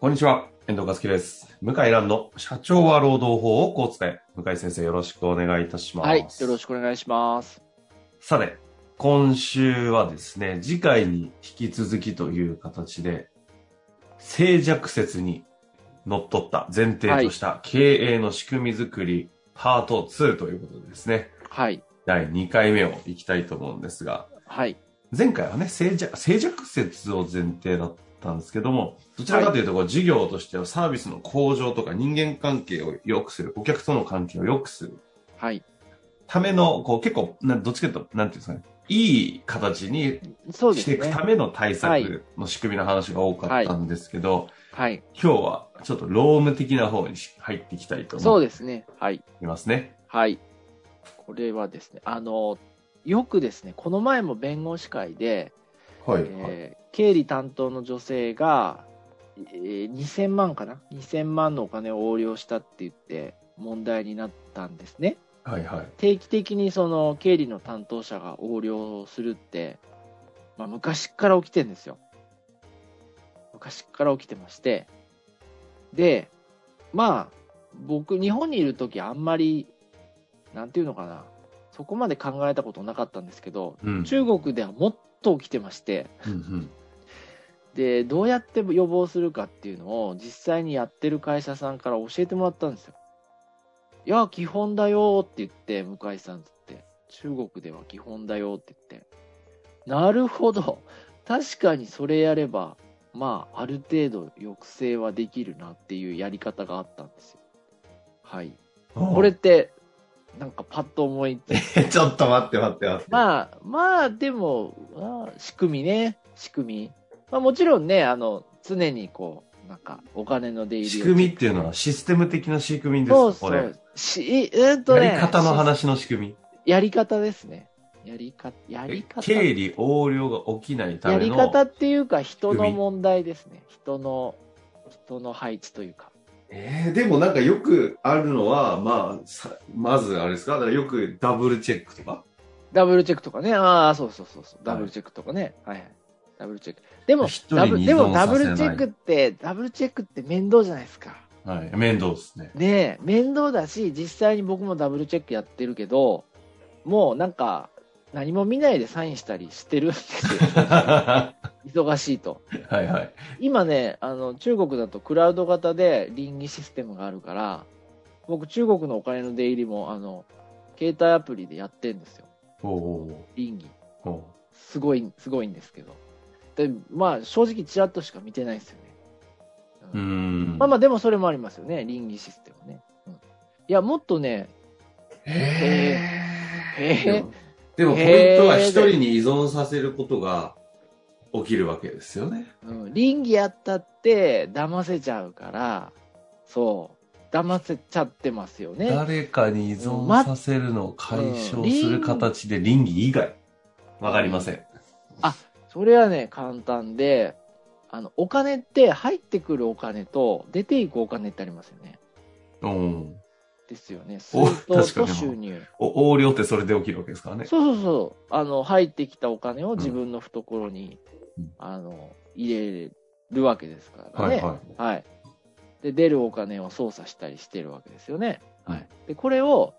こんにちは、遠藤和樹です。向井蘭の社長は労働法をこう使え。向井先生、よろしくお願いいたします。はい、よろしくお願いします。さて、今週はですね、次回に引き続きという形で、静寂説にのっとった前提とした経営の仕組みづくり、パート2ということでですね、はい、第2回目をいきたいと思うんですが、はい、前回はね、静寂、静寂説を前提だったんですけども、どちらかというと、こう事業としてはサービスの向上とか人間関係を良くする、お客との関係を良くするはい。ための、こう結構、などっちかというと、なんていうんですかね、いい形にそうでしてすいくねた。めの対はい策の仕組みの話が多かったんですけど、はい、今日はちょっと労務的な方に入っていきたいとそう思ですね。はい、いますね。はい。これはですね、あの、よくですね、この前も弁護士会で、はいえー経理担当の女性が、えー2000万かな ?2000 万のお金を横領したって言って問題になったんですね。はいはい。定期的にその経理の担当者が横領するって、まあ、昔っから起きてるんですよ。昔っから起きてまして。で、まあ、僕、日本にいるときあんまり、なんていうのかな、そこまで考えたことなかったんですけど、うん。中国ではもっと起きてまして、うんうんで、どうやって予防するかっていうのを実際にやってる会社さんから教えてもらったんですよ。いや、基本だよって言って、向井さんつって。中国では基本だよって言って。なるほど。確かにそれやれば、まあ、ある程度抑制はできるなっていうやり方があったんですよ。はい。これっ、て、なんかパッと思いつ ちょっと待って待って待って。まあ、まあ、でも、まあ仕組みね、仕組み。まあ、もちろんね、あの、常にこう、なんか、お金の出入りを仕組みっていうのはシステム的な仕組みです。そうそこれう。し、うんとね。やり方のし。話の仕組み。やり方ですね。やり方、やり方。経理横領が起きないたやめりの。方っていうか、人仕の組み問題ですね。人の、人の配置というか。えーでもなんかよくあるのは、まあ、さまずあれですか、だからよくダブルチェックとか。ダブルチェックとかね。ああ、そうそうそうそう。ダブルチェックとかね。はい、はい。ダブルチェック。でも一、人ダブルにでも依存ダさブせないルチェックって、ダブルチェックって面倒じゃないですか。はい。面倒ですね。。ねえ、面倒だし、実際に僕もダブルチェックやってるけど、もうなんか、何も見ないでサインしたりしてるんですよ は忙しいと。いはい。今ね、あの、中国だとクラウド型で倫理システムがあるから、僕中国のお金の出入りも、あの、携帯アプリでやってんですよ。おお倫理。おおすごい、すごいんですけど。で、まあ、正直チラッとしか見てないですよね。うーん。まあまあ、でもそれもありますよね。倫理システムね。うん、いや、もっとね、へえーでもでもポイントは一人に依存させることが起きるわけですよね。うん、倫理やったって騙せちゃうからそう騙せちゃってますよね誰かに依存させるのを解消する形で倫理以外。わかりません。それはね簡単であのお金って入ってくるお金と出ていくお金ってありますよねうん。ですよねお水道確かとに収入お横領ってそれで起きるわけですからね。そうそうそうあの入ってきたお金を自分の懐に、うんあの入れるわけですからはねいはい。はい。で、出るお金を操作したりしてるわけですよね。はい。で、これを、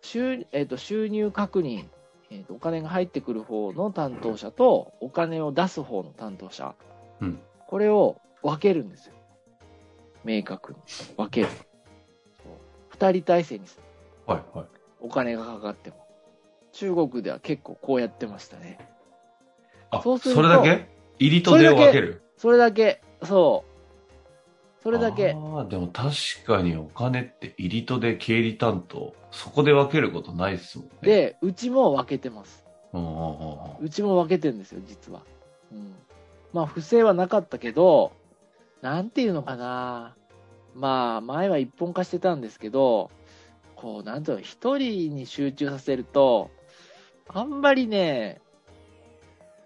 収,、えっと収入確認、えっとお金が入ってくる方の担当者と、お金を出す方の担当者、うんこれを分けるんですよ。明確に。分ける。そう二人体制にする。はいはい。お金がかかっても。中国では結構こうやってましたね。あ、そうするとそれだけ入りと出を分ける。それだけ、そう。そそれだけ。ああ、でも確かにお金って入りと出経理担当、そこで分けることないですもんね。で、うちも分けてます。うんうんうんうんうちも分けてるんですよ、実は。うん、まあ、不正はなかったけど、なんていうのかな。まあ、前は一本化してたんですけど、こう、なんていうの、一人に集中させると、あんまりね、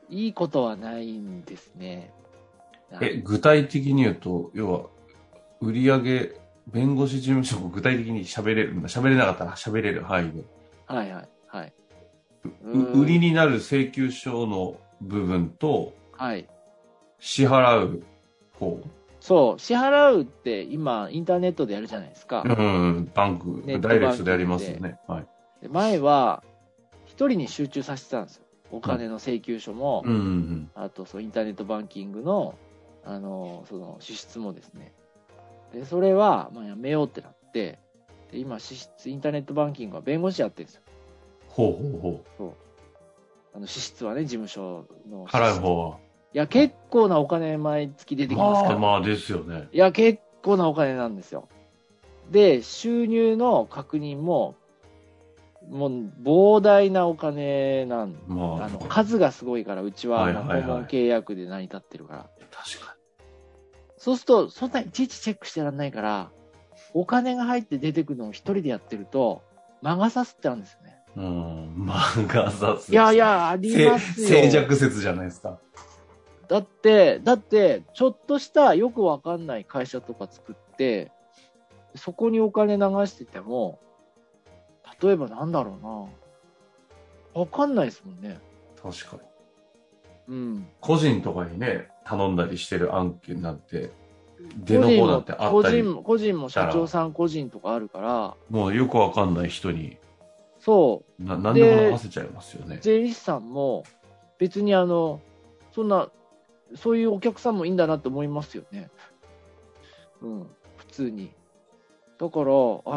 いいことはないんですね。なんえ、具体的に言うと、要は、売上弁護士事務所も具体的に喋れるんだ。喋れなかったら喋れる範囲で。はいはい、はい。ううん売りになる請求書の部分と、はい。支払う方。そう、支払うって今、インターネットでやるじゃないですか。うん、バンクネッ、トダイレクトでやりますよバね。はい。で前は、一人に集中させてたんですよ。お金の請求書も、うんうんあとそうインターネットバンキングのあのその支出もですね。で、それはまあやめようってなって、で今、支出、インターネットバンキングは弁護士やってるんですよ。ほうほうほあの支出はね、事務所のう。支出。払う方は。いや、結構なお金毎月出てきますから。まあまあですよね。いや、結構なお金なんですよ。で、収入の確認も、もう膨大なお金なんまあ、あ確のか数がすごいから、うちははあいのはいは訪い問契約で成り立ってるから、に。そうすると、そんないちいちチェックしてらんないから、お金が入って出てくるのを一人でやってると、魔が差すってあるんですよね。うん、漫画雑いやい、や、ありますよ。静寂説じゃないですか。だって、だって、ちょっとしたよくわかんない会社とか作って、そこにお金流してても、例えばなんだろうな。わかんないですもんね。確かに。うん。個人とかにね、頼んだりしてる案件なんて、出の方だってあっ個た人り、も、個人も社長さん個人とかあるから、もうよくわかんない人に、そう、な何でも任せちゃいますよね。税理士さんも別にあのそんなそういうお客さんもいいんだなって思いますよね。うん、普通に。だからあ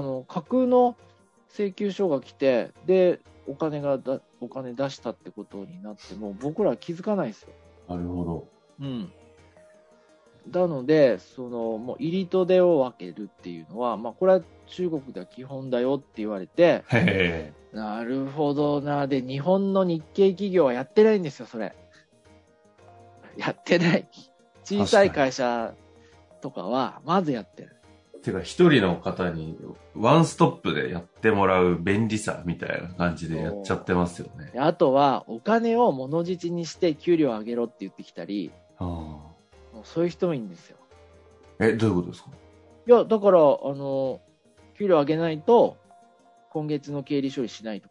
の架空の請求書が来てでお金がだお金出したってことになっても僕らは気づかないですよ。なるほど。うん、なのでそのもう入りと出を分けるっていうのは、まあ、これは中国では基本だよって言われて。へなるほどな。で、日本の日系企業はやってないんですよ、それ。やってない。小さい会社とかは、まずやってる。え。てか、一人の方に、ワンストップでやってもらう便利さみたいな感じでやっちゃってますよねで。あとは、お金を物実にして給料上げろって言ってきたり、あもうそういう人もいいんですよ。あえ、どういうことですかいや、だから、あの、給料上げないと、今月の経理処理しないと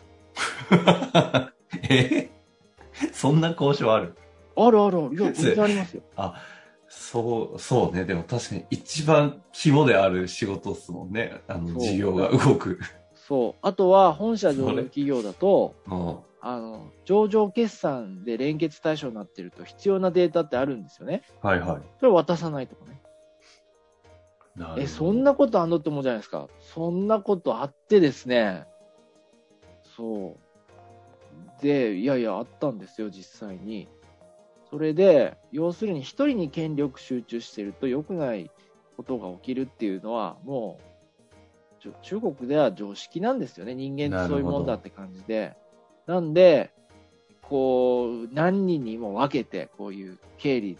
か。 えそんな交渉あるあるあるある。いや、全然ありますよ。そう、そうね。でも確かに一番肝である仕事っすもんね。あその、う事業が動く。 そう。あとは、本社上場企業だと、うん。あの上場決算で連結対象になってると必要なデータってあるんですよね。はいはい。それを渡さないとかね。なるほどえ、そんなことあんのって思うじゃないですか。そんなことあってですね。そう。で、いやいや、あったんですよ、実際に。それで、要するに一人に権力集中してると良くないことが起きるっていうのは、もう、ちょ中国では常識なんですよね。人間ってそういうもんだって感じで。なんで、こう、何人にも分けて、こういう経理、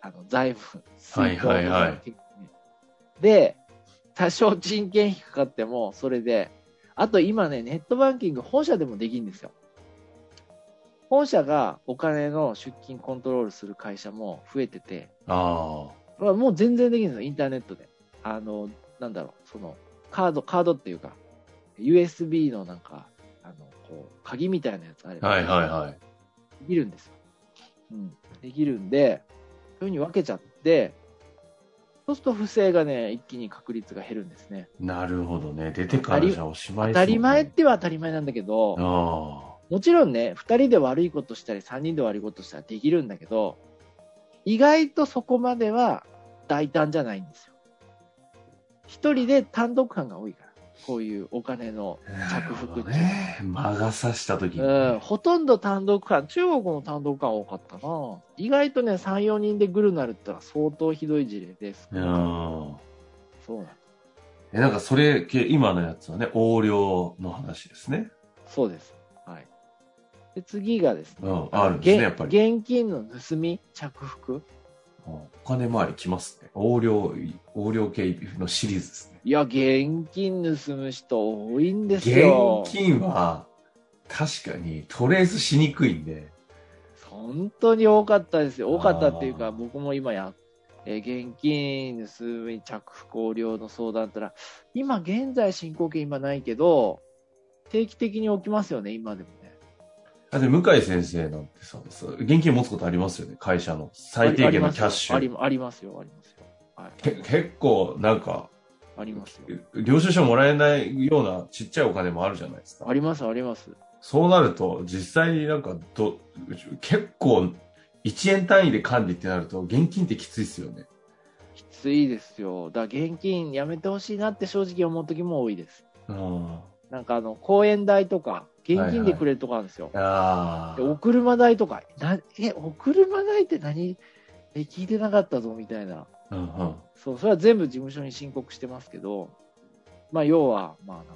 あの、財務、はいはいはい水道ので、多少人件費かかっても、それで、あと今ね、ネットバンキング本社でもできるんですよ。本社がお金の出金コントロールする会社も増えてて、あこれはもう全然できるんですよ、インターネットで。あの、なんだろう、その、カード、カードっていうか、USB のなんか、あの、こう、鍵みたいなやつあれあ。ば、はいはいはい。できるんですよ。うん。できるんで、そういうふうに分けちゃって、そうすると不正がね、一気に確率が減るんですね。なるほどね。出てからじゃおしまいっすも当んねたり前っては当たり前なんだけど、あもちろんね、2人で悪いことしたり、3人で悪いことしたらできるんだけど、意外とそこまでは大胆じゃないんですよ。1人で単独犯が多いから、こういうお金の。あ。着服ってね。間が差した時にね、うん、ほとんど単独犯、中国の単独犯多かったな。意外とね、3、4人でグルなるってのは相当ひどい事例です。うん。そうなんえ、なんかそれ系、今のやつはね、横領の話ですね。そうです。はい。で次がですね、うん、あるんですね、やっぱり。現現金の盗み、着服。お金回りきますね。横領、横領系のシリーズですね。いや、現金盗む人多いんですよ。現金は、確かにトレースしにくいんで、本当に多かったですよ。あー多かったっていうか、僕も今や、えー現金盗み、着服、横領の相談ったら、今現在進行形今ないけど、定期的に起きますよね、今でもね。だって向井先生なんてさ、そう現金持つことありますよね、会社の。最低限のキャッシありュ。ありますよ、ありますよ。ありますけよはい、結構、なんか、ありますよ。領収書もらえないようなちっちゃいお金もあるじゃないですかあ。ります、あります。そうなると、実際になんかど、結構、1円単位で管理ってなると、現金ってきついですよね。きついですよ。だから現金やめてほしいなって正直思う時も多いです。うん。なんかあの、講演代とか、現金でくれるとこあるんですよ。あでおあ。車代とか、なえ、お車代って何え、聞いてなかったぞみたいな。うんうん。そう、それは全部事務所に申告してますけど、まあ、要は、まあなんか、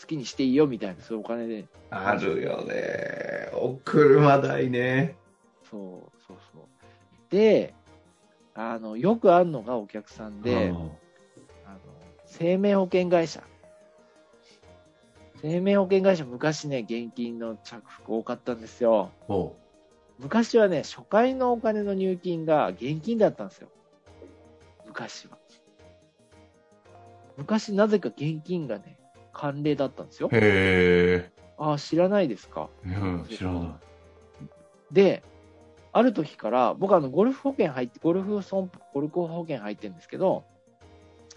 好きにしていいよみたいな、そういうお金で、あるよね。お車代ね。そう、そうそう。で、あの、よくあるのがお客さんで、うんあの生命保険会社。生命保険会社、昔ね、現金の着服多かったんですよ。おう昔はね、初回のお金の入金が現金だったんですよ。昔は。昔、なぜか現金がね、慣例だったんですよ。へああ、知らないですか。え。うん、知らない。で、ある時から、僕あの、ゴルフ保険入って、ゴルフ損、ゴルフ保険入ってるんですけど、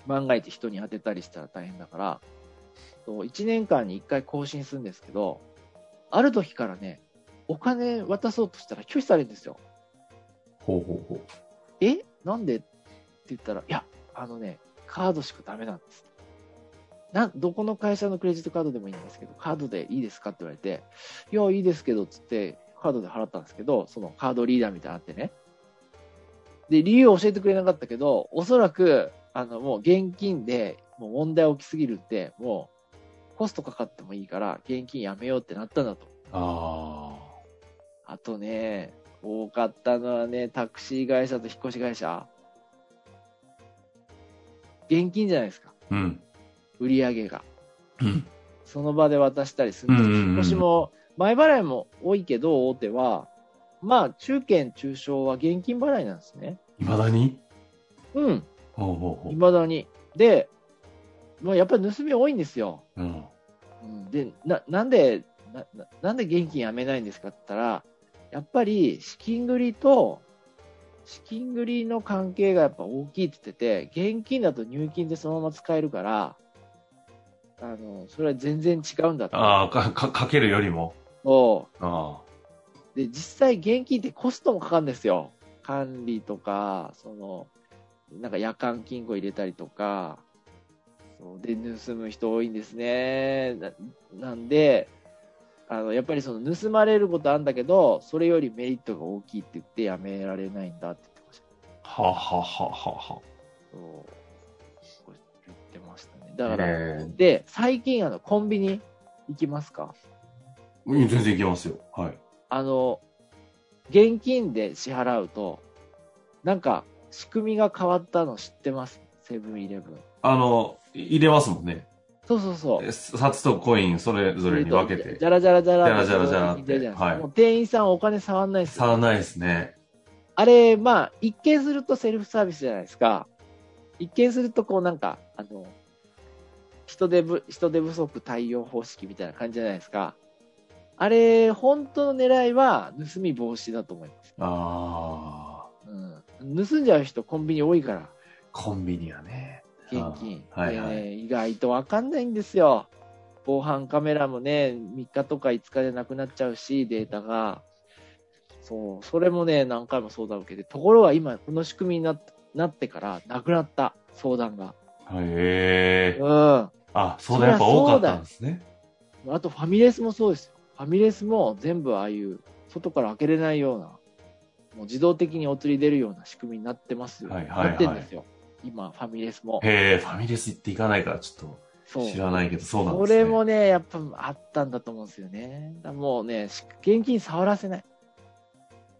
万が一人に当てたりしたら大変だから、1年間に1回更新するんですけど、ある時からね、お金渡そうとしたら拒否されるんですよ。ほうほうほう。えなんでって言ったら、いや、あのね、カードしかダメなんです。な、どこの会社のクレジットカードでもいいんですけど、カードでいいですかって言われて、いや、いいですけど、つって、カードで払ったんですけど、そのカードリーダーみたいなのあってね。で、理由を教えてくれなかったけど、おそらく、あの、もう現金で、もう問題起きすぎるって、もう、コストかかってもいいから、現金やめようってなったんだと。ああとね、多かったのはね、タクシー会社と引っ越し会社。現金じゃないですか、あ。うん。売り上げが。うん。その場で渡したりするんですうんうんうん引っ越しも、前払いも多いけど、大手は、まあ、中堅、中小は現金払いなんですね。いまだにうん、ほうほうほ。いうまだに。で、まあ、やっぱり盗み多いんですよ。うん。うんでななんでなななんで現金やめないんですかって言ったらやっぱり資金繰りと資金繰りの関係がやっぱ大きいって言ってて現金だと入金でそのまま使えるからあのそれは全然違うんだとああ、か、か、かけるよりも。そあうで実際現金ってコストもかかるんですよ管理とかそのなんか夜間金庫入れたりとかそうで盗む人多いんですねななんであのやっぱりその盗まれることあるんだけどそれよりメリットが大きいって言ってやめられないんだって言ってましあ。たはあはあはあはそうこれ言ってましたねだあはあ。から、ええで最近あのコンビニ行きますかうん全然いけますよ。はい。あの現金で支払うとなんか仕組みが変わったの知ってますセブンイレブンあの、い入れますもんね。そうそうそうえ札とコインそれぞれに分けじて。ゃらじゃらじゃらじゃらじゃらじゃらってじゃらじゃらじゃらはいもう店員さんお金触んないです差よ。はないですね。あれ、まあ、一見するとセルフサービスじゃないですか。一見すると、こうなんか、あの、人手不、人手不足対応方式みたいな感じじゃないですか。あれ、本当の狙いは盗み防止だと思います。あうん。盗んじゃう人コンビニ多いから、あ。コンビニはね。現金。あはいはいでね意外とわかんないんですよ。防犯カメラもね、3日とか5日でなくなっちゃうし、データが。そう、それもね、何回も相談を受けて、ところが今、この仕組みになっなってから、なくなった、相談が。へえ。うん。あ、そうだ、やっぱ多かったんですね。あとファミレスもそうですよ。ファミレスも全部ああいう、外から開けれないような、もう自動的にお釣り出るような仕組みになってますよ。はいはいはいなってんですよ。今、ファミレスも。へえ、ファミレス行っていかないから、ちょっと、そう。知らないけど、そうなんこですね。れもね、やっぱあったんだと思うんですよね。だからもうね、し現金触らせない。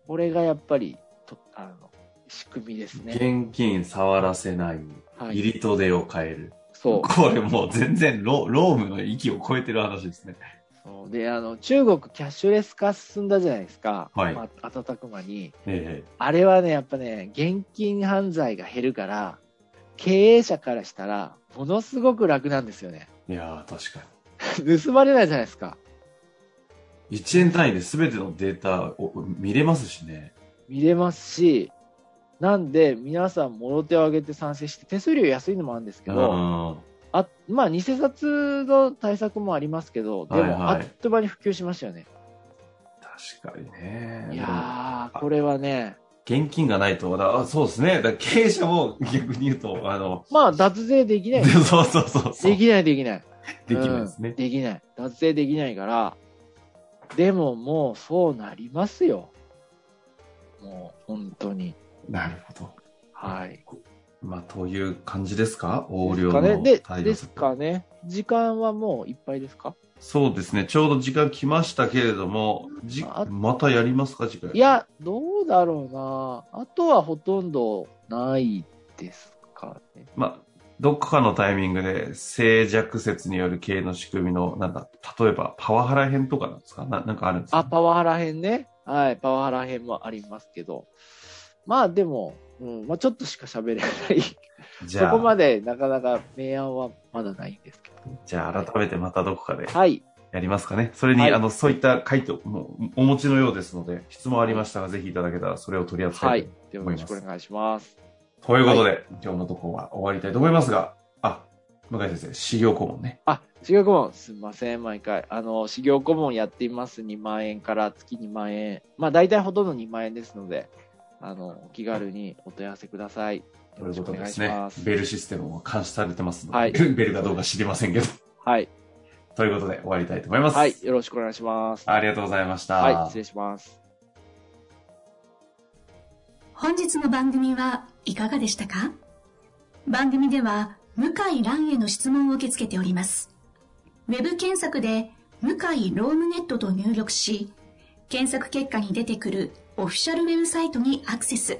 これがやっぱり、とあの、仕組みですね。現金触らせない。はい。入りと出を変える。そう。これもう全然ロロームの域を超えてる話ですね。そうで、あの、中国キャッシュレス化進んだじゃないですか。はいまあ、瞬く間に。えあれはね、やっぱね、現金犯罪が減るから、経営者からしたら、ものすごく楽なんですよね。 えいやー、確か盗まれないじゃないですか。に。1円単位で全てのデータを見れますしね。見れますし、なんで、皆さん、もろ手を挙げて賛成して、手数料安いのもあるんですけど、うんあまあ、偽札の対策もありますけど、ではいはも、いあっという間に普及しましたよね。確かにね。いやー、これはね、現金がないと、だあそうですね。だ経営者も逆に言うと、あの、まあ、脱税できないです。 そうそうそうそう。できない、できない。できないですねうん。できない。脱税できないから、でももうそうなりますよ。もう本当に。なるほど。はい。まあ、という感じですか横領かねので対応ですかね。時間はもういっぱいですかそうですね。ちょうど時間来ましたけれども、じあまたやりますか次回。いや、どうだろうな。あとはほとんどないですかね。まあ、どっかのタイミングで静弱説による経営の仕組みの、なんだ、例えばパワハラ編とかなんですかななんかあるんですかあ、パワハラ編ね。はい、パワハラ編もありますけど。まあでも、うん、まあちょっとしか喋れない。じそゃこまあ、でなかなか明暗はまだないんですけど。じゃあ改めてまたどこかではい。やりますかね。それに、はいあの、そういった回答もお持ちのようですので、質問ありましたらぜひいただけたらそれを取り扱いたはいい。よろしくお願いします。ということで、今日のところは終わりたいと思いますが、あ、向井先生、修行顧問ね。あ、修行顧問、すみません、毎回。あの、修行顧問やっています。2万円から月2万円。まあ、大体ほとんど2万円ですので、あの、お気軽にお問い合わせください。よといろうしこくとおで願いすしねま。す。ベルシステムも監視されてますので、はい ベルかどうか知りませんけど。はい。ということで、終わりたいと思います。はい、よろしくお願いします。ありがとうございました。はい、失礼します。本日の番組はいかがでしたか番組では向井蘭への質問を受け付けております。ウェブ検索で向井ロームネットと入力し、検索結果に出てくるオフィシャルウェブサイトにアクセス。